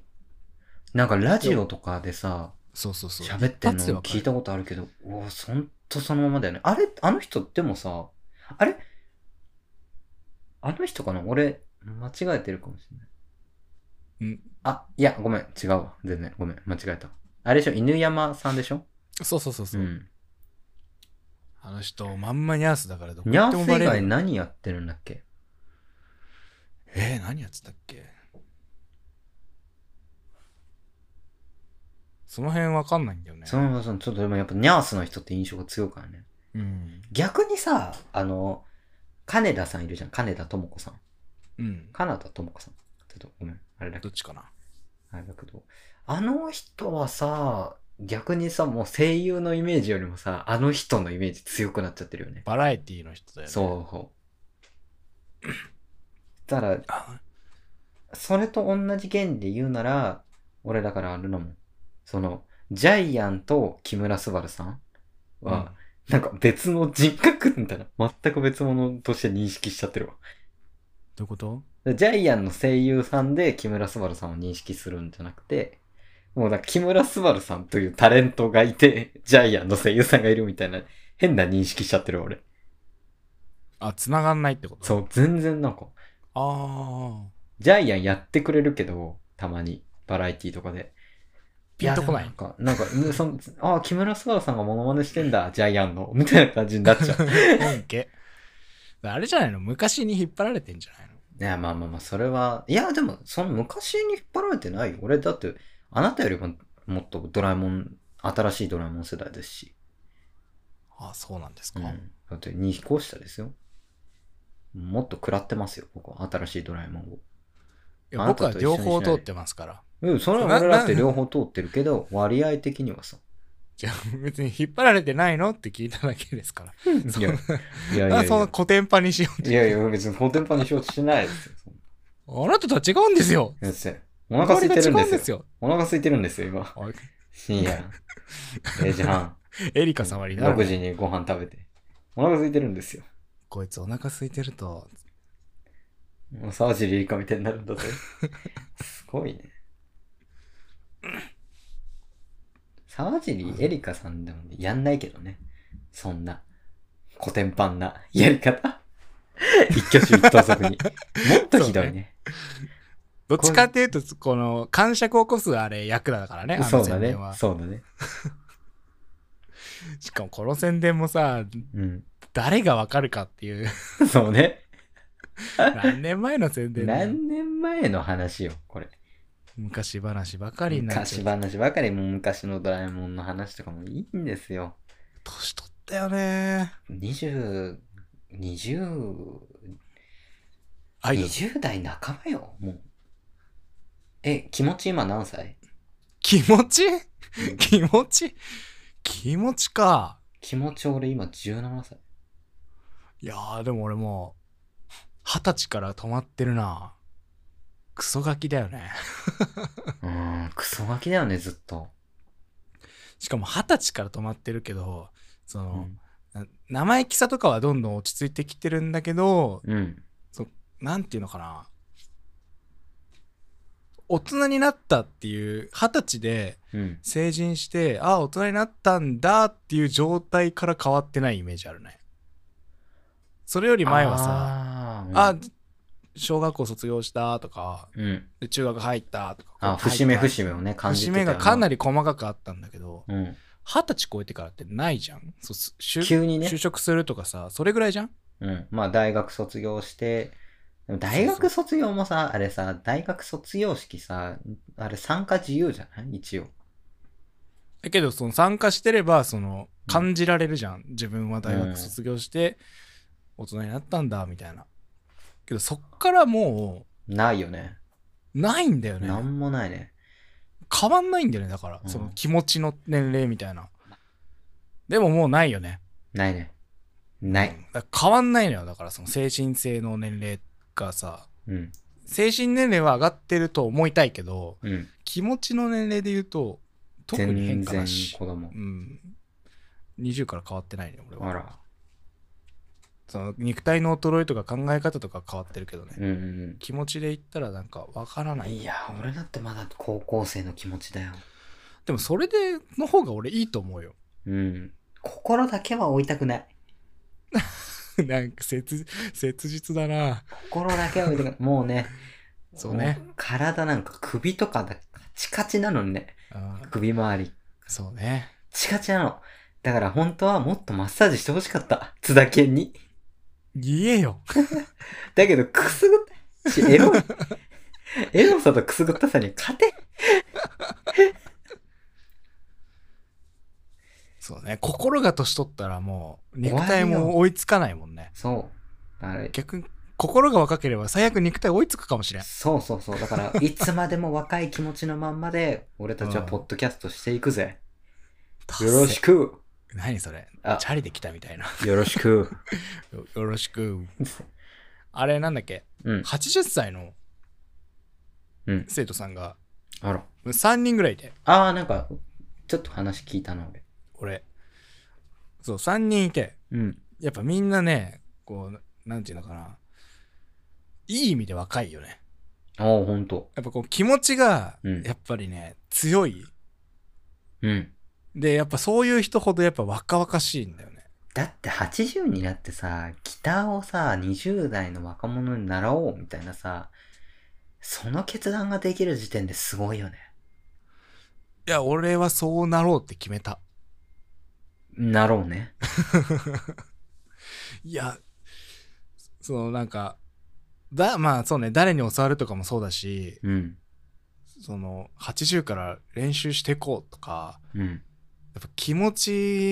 [SPEAKER 1] なんかラジオとかでさ、
[SPEAKER 2] そうそうそう。
[SPEAKER 1] 喋ってん
[SPEAKER 2] 一発で
[SPEAKER 1] の
[SPEAKER 2] わかる
[SPEAKER 1] 聞いたことあるけど、おお、そんとそのままだよね。あれあの人でもさ、あれあの人かな俺、間違えてるかもしれない。
[SPEAKER 2] うん
[SPEAKER 1] あ、いや、ごめん、違うわ。全然、ごめん、間違えた。あれでしょ犬山さんでしょ
[SPEAKER 2] そうそうそう
[SPEAKER 1] う
[SPEAKER 2] そう、
[SPEAKER 1] ん。
[SPEAKER 2] あの人、まんまニャースだからどこ
[SPEAKER 1] ニ
[SPEAKER 2] 行
[SPEAKER 1] ャ
[SPEAKER 2] って
[SPEAKER 1] ー
[SPEAKER 2] も
[SPEAKER 1] ス
[SPEAKER 2] バ
[SPEAKER 1] 以
[SPEAKER 2] レ
[SPEAKER 1] 外
[SPEAKER 2] る。
[SPEAKER 1] 何やってるんだっけ
[SPEAKER 2] えー、何やってたっけその辺わかんないんだよね。
[SPEAKER 1] そのそのちょっとでもやっぱニャースの人って印象が強いからね。
[SPEAKER 2] うん。
[SPEAKER 1] 逆にさ、あの、金田さんいるじゃん。金田智子さん。
[SPEAKER 2] うん。
[SPEAKER 1] 金田智子さん。ちょっとごめん、あれだけど
[SPEAKER 2] どっちかな
[SPEAKER 1] あれだけど、あの人はさ、逆にさ、もう声優のイメージよりもさ、あの人のイメージ強くなっちゃってるよね。
[SPEAKER 2] バラエティの人だよね。う。
[SPEAKER 1] そうそう。だから、それと同じ原理で言うなら、俺だからあれだもん。その、ジャイアンと木村昴さんは、なんか別の人格みたいな、全く別物として認識しちゃってるわ。
[SPEAKER 2] どういうこと
[SPEAKER 1] でジャイアンの声優さんで木村昴さんを認識するんじゃなくて、もうなんか木村昴さんというタレントがいて、 ジャイアンの声優さんがいるみたいな変な認識しちゃってる俺。
[SPEAKER 2] あ、繋がんないってことう。
[SPEAKER 1] そう、全然なんか、
[SPEAKER 2] ああ。
[SPEAKER 1] ジャイアンやってくれるけど、たまに、バラエティとかで。
[SPEAKER 2] ピンとこない
[SPEAKER 1] やでもなんか、なんか、ねそのあ、木村昴さんがモノマネしてんだ、ジャイアンの、みたいな感じになっちゃう。い
[SPEAKER 2] 本家。あれじゃないの昔に引っ張られてんじゃないの
[SPEAKER 1] や、まあまあまあ、それは、いや、でも、その昔に引っ張られてないよ。俺、だって、あなたよりも、もっとドラえもん新しいドラえもん世代ですし。
[SPEAKER 2] あそうなんです
[SPEAKER 1] う
[SPEAKER 2] か。
[SPEAKER 1] ん。だって2飛行下ですよ。もっと食らってますよ、僕は。新しいドラえもんを。
[SPEAKER 2] いや僕は
[SPEAKER 1] あなたと一緒に
[SPEAKER 2] 両
[SPEAKER 1] しない
[SPEAKER 2] 方通ってますから。
[SPEAKER 1] うん、それは俺だって両方通ってるけど、割合的にはさ。
[SPEAKER 2] じゃあ別に引っ張られてないのって聞いただけですから。
[SPEAKER 1] いや、いやい
[SPEAKER 2] あ
[SPEAKER 1] やい
[SPEAKER 2] そん
[SPEAKER 1] や
[SPEAKER 2] な。古典派にしようって。
[SPEAKER 1] いやいや、別にコンテンパに承知しないです よ。
[SPEAKER 2] あなたとは違うんですよ。
[SPEAKER 1] 先生、お腹空いてるん
[SPEAKER 2] 割が違う
[SPEAKER 1] で
[SPEAKER 2] んですす
[SPEAKER 1] よ。
[SPEAKER 2] よ。
[SPEAKER 1] お腹空いてるんですよ、今。
[SPEAKER 2] おい
[SPEAKER 1] 深 夜。えじゃ
[SPEAKER 2] エリカ様にな
[SPEAKER 1] 6
[SPEAKER 2] る。
[SPEAKER 1] 時にご飯食べて。お腹空いてるんですよ。
[SPEAKER 2] こいつお腹空いてると。
[SPEAKER 1] もう沢尻リカみたいになるんだ ぜ。すごいね。沢尻エリカさんでもやんないけどね。そんな、コテンパンなやり方。一挙手一投足に。もっとひどいね。
[SPEAKER 2] どっちかっていうと、この、感触を起こすあれ役だからね、あ
[SPEAKER 1] そ
[SPEAKER 2] の
[SPEAKER 1] うだ
[SPEAKER 2] 宣
[SPEAKER 1] ね
[SPEAKER 2] 伝。は。
[SPEAKER 1] そうだね。
[SPEAKER 2] しかもこの宣伝もさ、
[SPEAKER 1] うん。
[SPEAKER 2] 誰がわかるかっ ていう、
[SPEAKER 1] そうね。
[SPEAKER 2] 何年前の宣伝だよ
[SPEAKER 1] 何年前の話よ、これ。
[SPEAKER 2] 昔話ばかりになっちゃ
[SPEAKER 1] 昔
[SPEAKER 2] う。
[SPEAKER 1] 話ばかり、もう昔のドラえもんの話とかもいいんですよ。
[SPEAKER 2] 年取ったよね。
[SPEAKER 1] 20、20、
[SPEAKER 2] アイドル。
[SPEAKER 1] 20代半ばよ、もう。え、気持ち今何歳
[SPEAKER 2] 気持ち気持ち気持ちか。
[SPEAKER 1] 気持ち俺今17歳。
[SPEAKER 2] いやー、でも俺もう、二十歳から止まってるな。クソガキだよね。
[SPEAKER 1] うーん、クソガキだよね、ずっと。
[SPEAKER 2] しかも二十歳から止まってるけど、そうの、
[SPEAKER 1] ん。
[SPEAKER 2] な生意気さとかはどんどん落ち着いてきてるんだけど、
[SPEAKER 1] うん。
[SPEAKER 2] なんていうのかな。大人になったっていう、二十歳で
[SPEAKER 1] うん。
[SPEAKER 2] 成人して、ああ、大人になったんだっていう状態から変わってないイメージあるね。それより前はさ、
[SPEAKER 1] さ
[SPEAKER 2] ああ、小学校卒業したとか、
[SPEAKER 1] うん。
[SPEAKER 2] で中学入ったとか。
[SPEAKER 1] あ、節目節目をね、感じて
[SPEAKER 2] 節
[SPEAKER 1] た
[SPEAKER 2] 目がかな
[SPEAKER 1] り。
[SPEAKER 2] り細かくあったんだけど、
[SPEAKER 1] うん。
[SPEAKER 2] 二十歳超えてからってないじゃん。そうす就
[SPEAKER 1] 急にね
[SPEAKER 2] 就。職するとかさ、それぐらいじゃん
[SPEAKER 1] うん。まあ、大学卒業して、でも大学卒業もさ、あれさ、大学卒業式さ、あれ参加自由じゃない一応。
[SPEAKER 2] だけどその参加してればその
[SPEAKER 1] うん
[SPEAKER 2] 感じられるじゃん、自分は大学卒業して大人になったんだみたいなけどそっからも
[SPEAKER 1] ないよね。
[SPEAKER 2] うないんだよね
[SPEAKER 1] なんもないね。
[SPEAKER 2] 変わんないんだよねだから、
[SPEAKER 1] うん
[SPEAKER 2] その気持ちの年齢みたいなでももうないよね
[SPEAKER 1] ないね。ない。
[SPEAKER 2] だから変わんないのよだからその精神性の年齢がさ
[SPEAKER 1] うん。
[SPEAKER 2] 精神年齢は上がってると思いたいけど
[SPEAKER 1] うん。
[SPEAKER 2] 気持ちの年齢で言うと特に
[SPEAKER 1] 全
[SPEAKER 2] 変化
[SPEAKER 1] 然
[SPEAKER 2] なし
[SPEAKER 1] 子、供
[SPEAKER 2] う。ん、20から変わってないね俺は
[SPEAKER 1] あら。
[SPEAKER 2] その肉体の衰えとか考え方とか変わってるけどね、
[SPEAKER 1] うんうん
[SPEAKER 2] 気持ちで言ったらなんかわから
[SPEAKER 1] う。
[SPEAKER 2] なんい
[SPEAKER 1] いや、俺だってまだ高校生の気持ちだよ。
[SPEAKER 2] でもそれでの方が俺いいと思うよ
[SPEAKER 1] うん。心だけは置いたくない。
[SPEAKER 2] なんか切切実だな
[SPEAKER 1] 心だけは置い たくない。もうね。
[SPEAKER 2] そうね
[SPEAKER 1] もう体なんか首とかだカチカチなのにね。
[SPEAKER 2] あー
[SPEAKER 1] 首周り。
[SPEAKER 2] そうね
[SPEAKER 1] チカチなの。だから本当はもっとマッサージしてほしかった。津田健に。
[SPEAKER 2] 言えよ
[SPEAKER 1] だけどくすぐったし、エロ、 エロさとくすぐったさに勝て。
[SPEAKER 2] そうね心が年取ったらもう肉体も追いつかないもんね
[SPEAKER 1] そう。あれ、
[SPEAKER 2] 逆に心が若ければ最悪肉体追いつくかもしれん
[SPEAKER 1] そうそうそう。だ から、いつまでも若い気持ちのまんまで、俺たちはポッドキャストしていくぜ。よろしく。
[SPEAKER 2] 何それ
[SPEAKER 1] あ
[SPEAKER 2] チャリで来たみたいな
[SPEAKER 1] よろしく。
[SPEAKER 2] よよろしくあれなんだっけ
[SPEAKER 1] うん。
[SPEAKER 2] 80歳の
[SPEAKER 1] うん。
[SPEAKER 2] 生徒さんが
[SPEAKER 1] あら。
[SPEAKER 2] 3人ぐらいいて
[SPEAKER 1] ああ、なんか、ちょっと話聞いたな、俺。
[SPEAKER 2] 俺そう3人いて
[SPEAKER 1] うん。
[SPEAKER 2] やっぱみんなねこうなんていうのかないい意味で若いよね
[SPEAKER 1] ああ、ほんと。
[SPEAKER 2] やっぱこう気持ちが
[SPEAKER 1] うん
[SPEAKER 2] やっぱりね、強い
[SPEAKER 1] うん。
[SPEAKER 2] でやっぱそういう人ほどやっぱ若々しいんだよね
[SPEAKER 1] だって80になってさ、ギターをさ、20代の若者に習おうみたいなさ、その決断ができる時点ですごいよね。
[SPEAKER 2] いや俺はそうなろうって決めた
[SPEAKER 1] なろうね。
[SPEAKER 2] いやそのなんかだまあそうね誰に教わるとかもそうだし
[SPEAKER 1] うん。
[SPEAKER 2] その80から練習していこうとか
[SPEAKER 1] うん。
[SPEAKER 2] やっぱ気持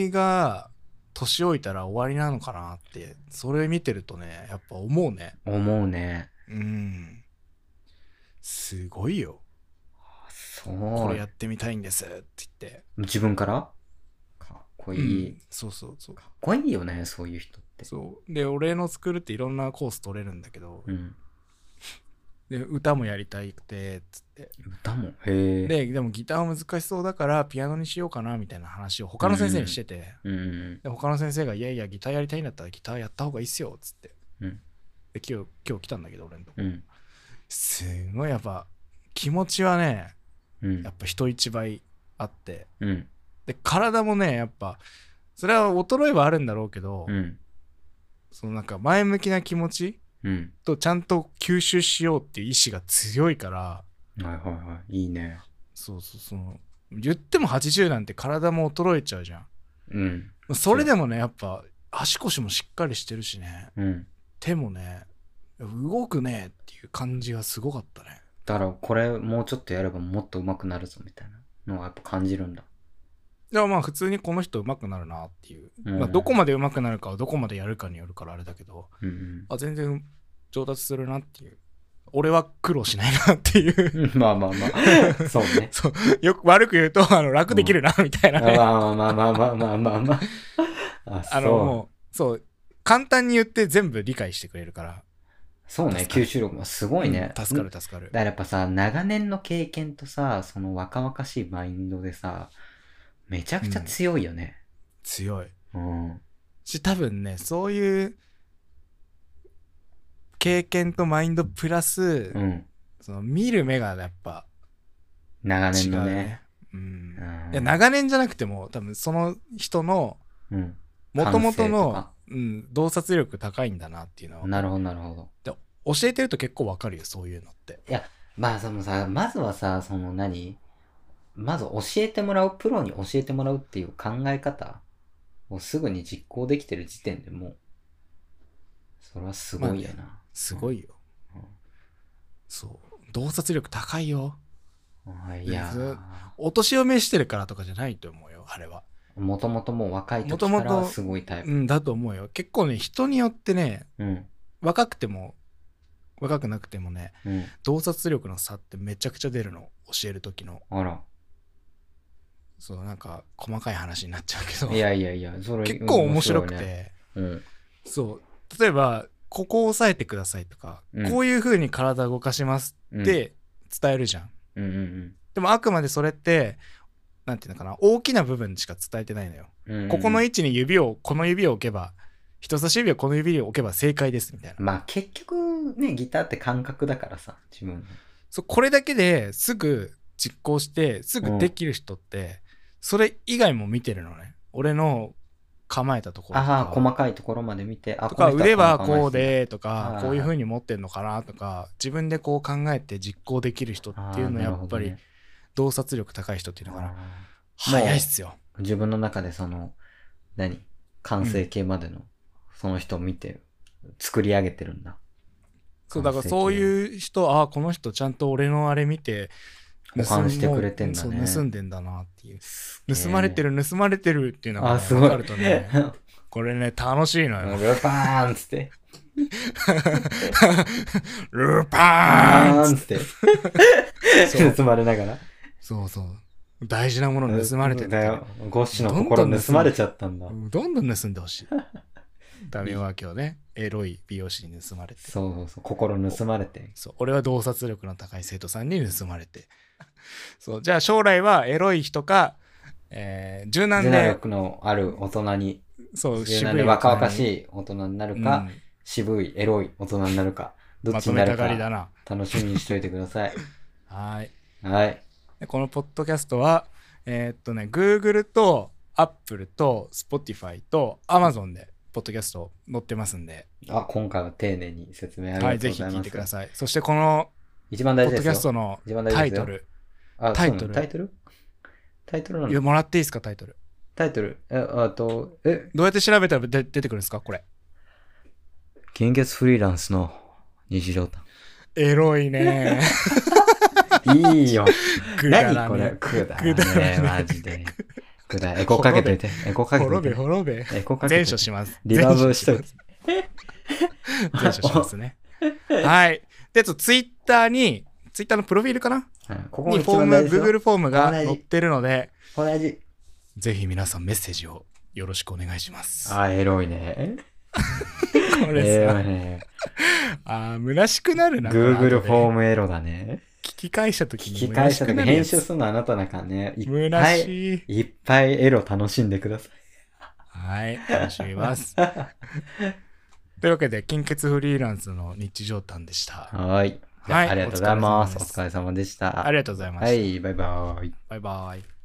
[SPEAKER 2] ちが年老いたら終わりなのかなってそれ見てるとねやっぱ思うね
[SPEAKER 1] 思うね。
[SPEAKER 2] うんすごいよ
[SPEAKER 1] そ
[SPEAKER 2] これ
[SPEAKER 1] う
[SPEAKER 2] や。ってみたいんですって言って
[SPEAKER 1] 自分からかっこいい。
[SPEAKER 2] うんそうそうそう
[SPEAKER 1] かっこいいよね、そういう人って。
[SPEAKER 2] そうで俺の作るっていろんなコース取れるんだけど、
[SPEAKER 1] うん。
[SPEAKER 2] で歌もやりたいくてつって
[SPEAKER 1] 歌も。へえ。、
[SPEAKER 2] ででもギターは難しそうだからピアノにしようかなみたいな話を他の先生にしてて、
[SPEAKER 1] うん。
[SPEAKER 2] で他の先生が「いやいやギターやりたいんだったらギターやった方がいいっすよ」っつって、
[SPEAKER 1] うん
[SPEAKER 2] で今日今日来たんだけど俺のとこ、
[SPEAKER 1] うん。
[SPEAKER 2] すごいやっぱ気持ちはね
[SPEAKER 1] うん
[SPEAKER 2] やっ。ぱ人一倍あって
[SPEAKER 1] うん。
[SPEAKER 2] で体もねやっぱそれは衰えはあるんだろうけど、
[SPEAKER 1] うん。
[SPEAKER 2] そのなんか前向きな気持ち
[SPEAKER 1] うん。
[SPEAKER 2] とちゃんと吸収しようっていう意志が強いから
[SPEAKER 1] はいはいはい。いいね。
[SPEAKER 2] そうそうその言っても80なんて体も衰えちゃうじゃん
[SPEAKER 1] うん。
[SPEAKER 2] それでもねやっぱ足腰もしっかりしてるしね
[SPEAKER 1] うん。
[SPEAKER 2] 手もね動くねっていう感じがすごかったね
[SPEAKER 1] だから、これもうちょっとやればもっと上手くなるぞみたいなのはやっぱ感じるんだ。
[SPEAKER 2] だからまあ普通にこの人上手くなるなっていう、
[SPEAKER 1] うん
[SPEAKER 2] まあ、どこまで上手くなるかはどこまでやるかによるからあれだけど
[SPEAKER 1] うん
[SPEAKER 2] あ全然上達するなっていう俺は苦労しないなっていう
[SPEAKER 1] うん。まあまあまあ。そうね。
[SPEAKER 2] そうよく悪く言うとあの楽できるなみたいなね、
[SPEAKER 1] あまあまあまあまあまあまあ。あ、
[SPEAKER 2] あ
[SPEAKER 1] そ
[SPEAKER 2] の
[SPEAKER 1] う。
[SPEAKER 2] もうそう簡単に言って全部理解してくれるから
[SPEAKER 1] そうね、
[SPEAKER 2] 助かる
[SPEAKER 1] 吸収力もすごいね。
[SPEAKER 2] うん助かる助かる
[SPEAKER 1] だからやっぱさ、長年の経験とさ、その若々しいマインドでさ、めちゃくちゃ強いよね。
[SPEAKER 2] 強い
[SPEAKER 1] うん。
[SPEAKER 2] し多分ねそういう経験とマインドプラス、
[SPEAKER 1] うん。
[SPEAKER 2] その見る目がやっぱ
[SPEAKER 1] 長
[SPEAKER 2] 違
[SPEAKER 1] 年
[SPEAKER 2] う
[SPEAKER 1] の
[SPEAKER 2] ね
[SPEAKER 1] ね。
[SPEAKER 2] うん
[SPEAKER 1] うん
[SPEAKER 2] いや長年じゃなくても多分その人の
[SPEAKER 1] うん。
[SPEAKER 2] もともと
[SPEAKER 1] 感性と
[SPEAKER 2] の
[SPEAKER 1] か、
[SPEAKER 2] うん、洞察力高いんだなっていうのは
[SPEAKER 1] なるほど、なるほど。
[SPEAKER 2] 教えてると結構わかるよそういうのって
[SPEAKER 1] まあ、そのさ、まずはさ、その何まず教えてもらう、プロに教えてもらうっていう考え方をすぐに実行できてる時点でもう、それはすごいよな。
[SPEAKER 2] すごいよ、
[SPEAKER 1] うん
[SPEAKER 2] そう洞察力高いよ
[SPEAKER 1] あいや
[SPEAKER 2] ねそれお年を召してるからとかじゃないと思うよあれは
[SPEAKER 1] もともともう若い時か
[SPEAKER 2] 元
[SPEAKER 1] ら
[SPEAKER 2] 々
[SPEAKER 1] すごいタイ
[SPEAKER 2] う
[SPEAKER 1] プ。
[SPEAKER 2] んだと思うよ結構ね人によってね
[SPEAKER 1] うん。
[SPEAKER 2] 若くても若くなくてもね
[SPEAKER 1] うん。
[SPEAKER 2] 洞察力の差ってめちゃくちゃ出るの教える時の
[SPEAKER 1] あら。
[SPEAKER 2] そうなんか細かい話になっちゃうけど
[SPEAKER 1] いやいやいや、それ
[SPEAKER 2] 結構面白くて、
[SPEAKER 1] 面白いねうん。
[SPEAKER 2] そう例えばここを押さえてくださいとか、
[SPEAKER 1] うん
[SPEAKER 2] こういう風に体動かします
[SPEAKER 1] うん
[SPEAKER 2] って伝えるじゃん、
[SPEAKER 1] うんうん
[SPEAKER 2] でもあくまでそれってなんていうのかな大きな部分しか伝えてないのよ、
[SPEAKER 1] うんうんうん。
[SPEAKER 2] ここの位置に指をこの指を置けば人差し指をこの指に置けば正解ですみたいな
[SPEAKER 1] まあ結局ね、ギターって感覚だからさ、自分の。
[SPEAKER 2] そうこれだけですぐ実行してすぐできる人って、それ以外も見てるのね俺の構えたところとか
[SPEAKER 1] ああ、細かいところまで見て、あ、
[SPEAKER 2] とか
[SPEAKER 1] この人
[SPEAKER 2] 腕は
[SPEAKER 1] の
[SPEAKER 2] こう
[SPEAKER 1] 考え
[SPEAKER 2] でと
[SPEAKER 1] は
[SPEAKER 2] か
[SPEAKER 1] い
[SPEAKER 2] こういう風に持ってんのかなとか自分でこう考えて実行できる人
[SPEAKER 1] てる
[SPEAKER 2] っていうのはやっぱり、洞察力高い人っていうのかな早いっすよ
[SPEAKER 1] あー自分の中でその、何完成形までの、その人を見て、作り上げてるんだ。
[SPEAKER 2] そうだからそういう人ああこの人ちゃんと俺のあれ見て
[SPEAKER 1] 保管してくれてんだね
[SPEAKER 2] もうそう盗んでんだなっていう
[SPEAKER 1] すげえ
[SPEAKER 2] 盗まれてる盗まれてるっていうのが
[SPEAKER 1] あ、
[SPEAKER 2] ね
[SPEAKER 1] すご
[SPEAKER 2] 分
[SPEAKER 1] い。
[SPEAKER 2] かるとね これね楽しいのよ
[SPEAKER 1] ルパーンっつって。
[SPEAKER 2] ルパーン
[SPEAKER 1] つって。
[SPEAKER 2] そう
[SPEAKER 1] 盗まれながら。
[SPEAKER 2] そうそう大事なもの盗まれてる
[SPEAKER 1] だよ。ゴッシュの心盗まれちゃったんだ。
[SPEAKER 2] うんどんどん盗んで ほしい。ダメは今日ね、エロい美容師に盗まれて、
[SPEAKER 1] そうそうそう。心盗まれて。
[SPEAKER 2] そう俺は洞察力の高い生徒さんに盗まれて、そうじゃあ将来はエロい人か、えー柔軟
[SPEAKER 1] 柔軟
[SPEAKER 2] で、
[SPEAKER 1] 力のある大人に、
[SPEAKER 2] そう
[SPEAKER 1] 柔軟で若々しい大人になるか、渋い、エロい大人になるか、
[SPEAKER 2] う
[SPEAKER 1] ど
[SPEAKER 2] んま
[SPEAKER 1] っち
[SPEAKER 2] と
[SPEAKER 1] にな
[SPEAKER 2] め
[SPEAKER 1] る
[SPEAKER 2] た
[SPEAKER 1] か
[SPEAKER 2] がり、だな。
[SPEAKER 1] 楽しみにしておいてください。
[SPEAKER 2] はーい
[SPEAKER 1] はい。
[SPEAKER 2] でこのポッドキャストは、えーっとね、Google と Apple と Spotify と Amazon で、ポッドキャスト載ってますんで、
[SPEAKER 1] あ、今回は丁寧に説明あり
[SPEAKER 2] はい、
[SPEAKER 1] がとう
[SPEAKER 2] ぜ
[SPEAKER 1] ご
[SPEAKER 2] ひ
[SPEAKER 1] ざい
[SPEAKER 2] 聞い
[SPEAKER 1] ま
[SPEAKER 2] て
[SPEAKER 1] す。
[SPEAKER 2] ください。そしてこの、
[SPEAKER 1] 一番
[SPEAKER 2] ポ
[SPEAKER 1] 大
[SPEAKER 2] ッ
[SPEAKER 1] 事で
[SPEAKER 2] ドキ
[SPEAKER 1] すよ。
[SPEAKER 2] ャストの
[SPEAKER 1] 一番大事
[SPEAKER 2] タ
[SPEAKER 1] です
[SPEAKER 2] イ
[SPEAKER 1] よ
[SPEAKER 2] トル、
[SPEAKER 1] あ
[SPEAKER 2] タイトル
[SPEAKER 1] そうなのタイトルタイトルない
[SPEAKER 2] や
[SPEAKER 1] の
[SPEAKER 2] もらっていいですかタイトル
[SPEAKER 1] タイトルえ、あと、え、
[SPEAKER 2] どうやって調べたらで出てくるんですかこれ
[SPEAKER 1] 献血フリーランスの日常談。
[SPEAKER 2] エロいね
[SPEAKER 1] いいよ。
[SPEAKER 2] くだら
[SPEAKER 1] 何
[SPEAKER 2] ね
[SPEAKER 1] これくだ
[SPEAKER 2] くだら
[SPEAKER 1] らね
[SPEAKER 2] ね
[SPEAKER 1] マジで。くらい。エコーかけといて。エコーかけといて
[SPEAKER 2] 滅べ。滅べ。
[SPEAKER 1] エコーかけ
[SPEAKER 2] 全
[SPEAKER 1] と
[SPEAKER 2] 処
[SPEAKER 1] いて。
[SPEAKER 2] します。
[SPEAKER 1] リバーブしといて。
[SPEAKER 2] 全処しますね。はい。で、ちょっとツイッターに、ツイッターのプロフィールかな
[SPEAKER 1] はいここも
[SPEAKER 2] に
[SPEAKER 1] 一
[SPEAKER 2] フォー
[SPEAKER 1] 番
[SPEAKER 2] ム、
[SPEAKER 1] 大事よ。
[SPEAKER 2] Google フォームが
[SPEAKER 1] 同じ
[SPEAKER 2] 載ってるので、
[SPEAKER 1] 同じ。
[SPEAKER 2] ぜひ皆さんメッセージをよろしくお願いします。
[SPEAKER 1] あ、エロいね。
[SPEAKER 2] これ
[SPEAKER 1] エロ
[SPEAKER 2] さ
[SPEAKER 1] い、ね。
[SPEAKER 2] あー虚しくなるな。
[SPEAKER 1] Google フォー
[SPEAKER 2] ム。
[SPEAKER 1] ムエロだね。
[SPEAKER 2] 聞き返したとき
[SPEAKER 1] 聞
[SPEAKER 2] に。
[SPEAKER 1] き返した時編集
[SPEAKER 2] る
[SPEAKER 1] するのあなたなんかね。いっ
[SPEAKER 2] 虚
[SPEAKER 1] ぱ
[SPEAKER 2] し
[SPEAKER 1] い、
[SPEAKER 2] い。
[SPEAKER 1] いっぱいエロ楽しんでください。
[SPEAKER 2] はい、楽し みます。というわけで、金欠フリーランスの日常談でした。
[SPEAKER 1] はーい。じゃあ
[SPEAKER 2] はい
[SPEAKER 1] ありがとうございます。
[SPEAKER 2] お
[SPEAKER 1] お
[SPEAKER 2] 疲
[SPEAKER 1] 疲
[SPEAKER 2] れ
[SPEAKER 1] れ様でした。
[SPEAKER 2] ありがとうございました。
[SPEAKER 1] はい、バイバイ。
[SPEAKER 2] バイバイ。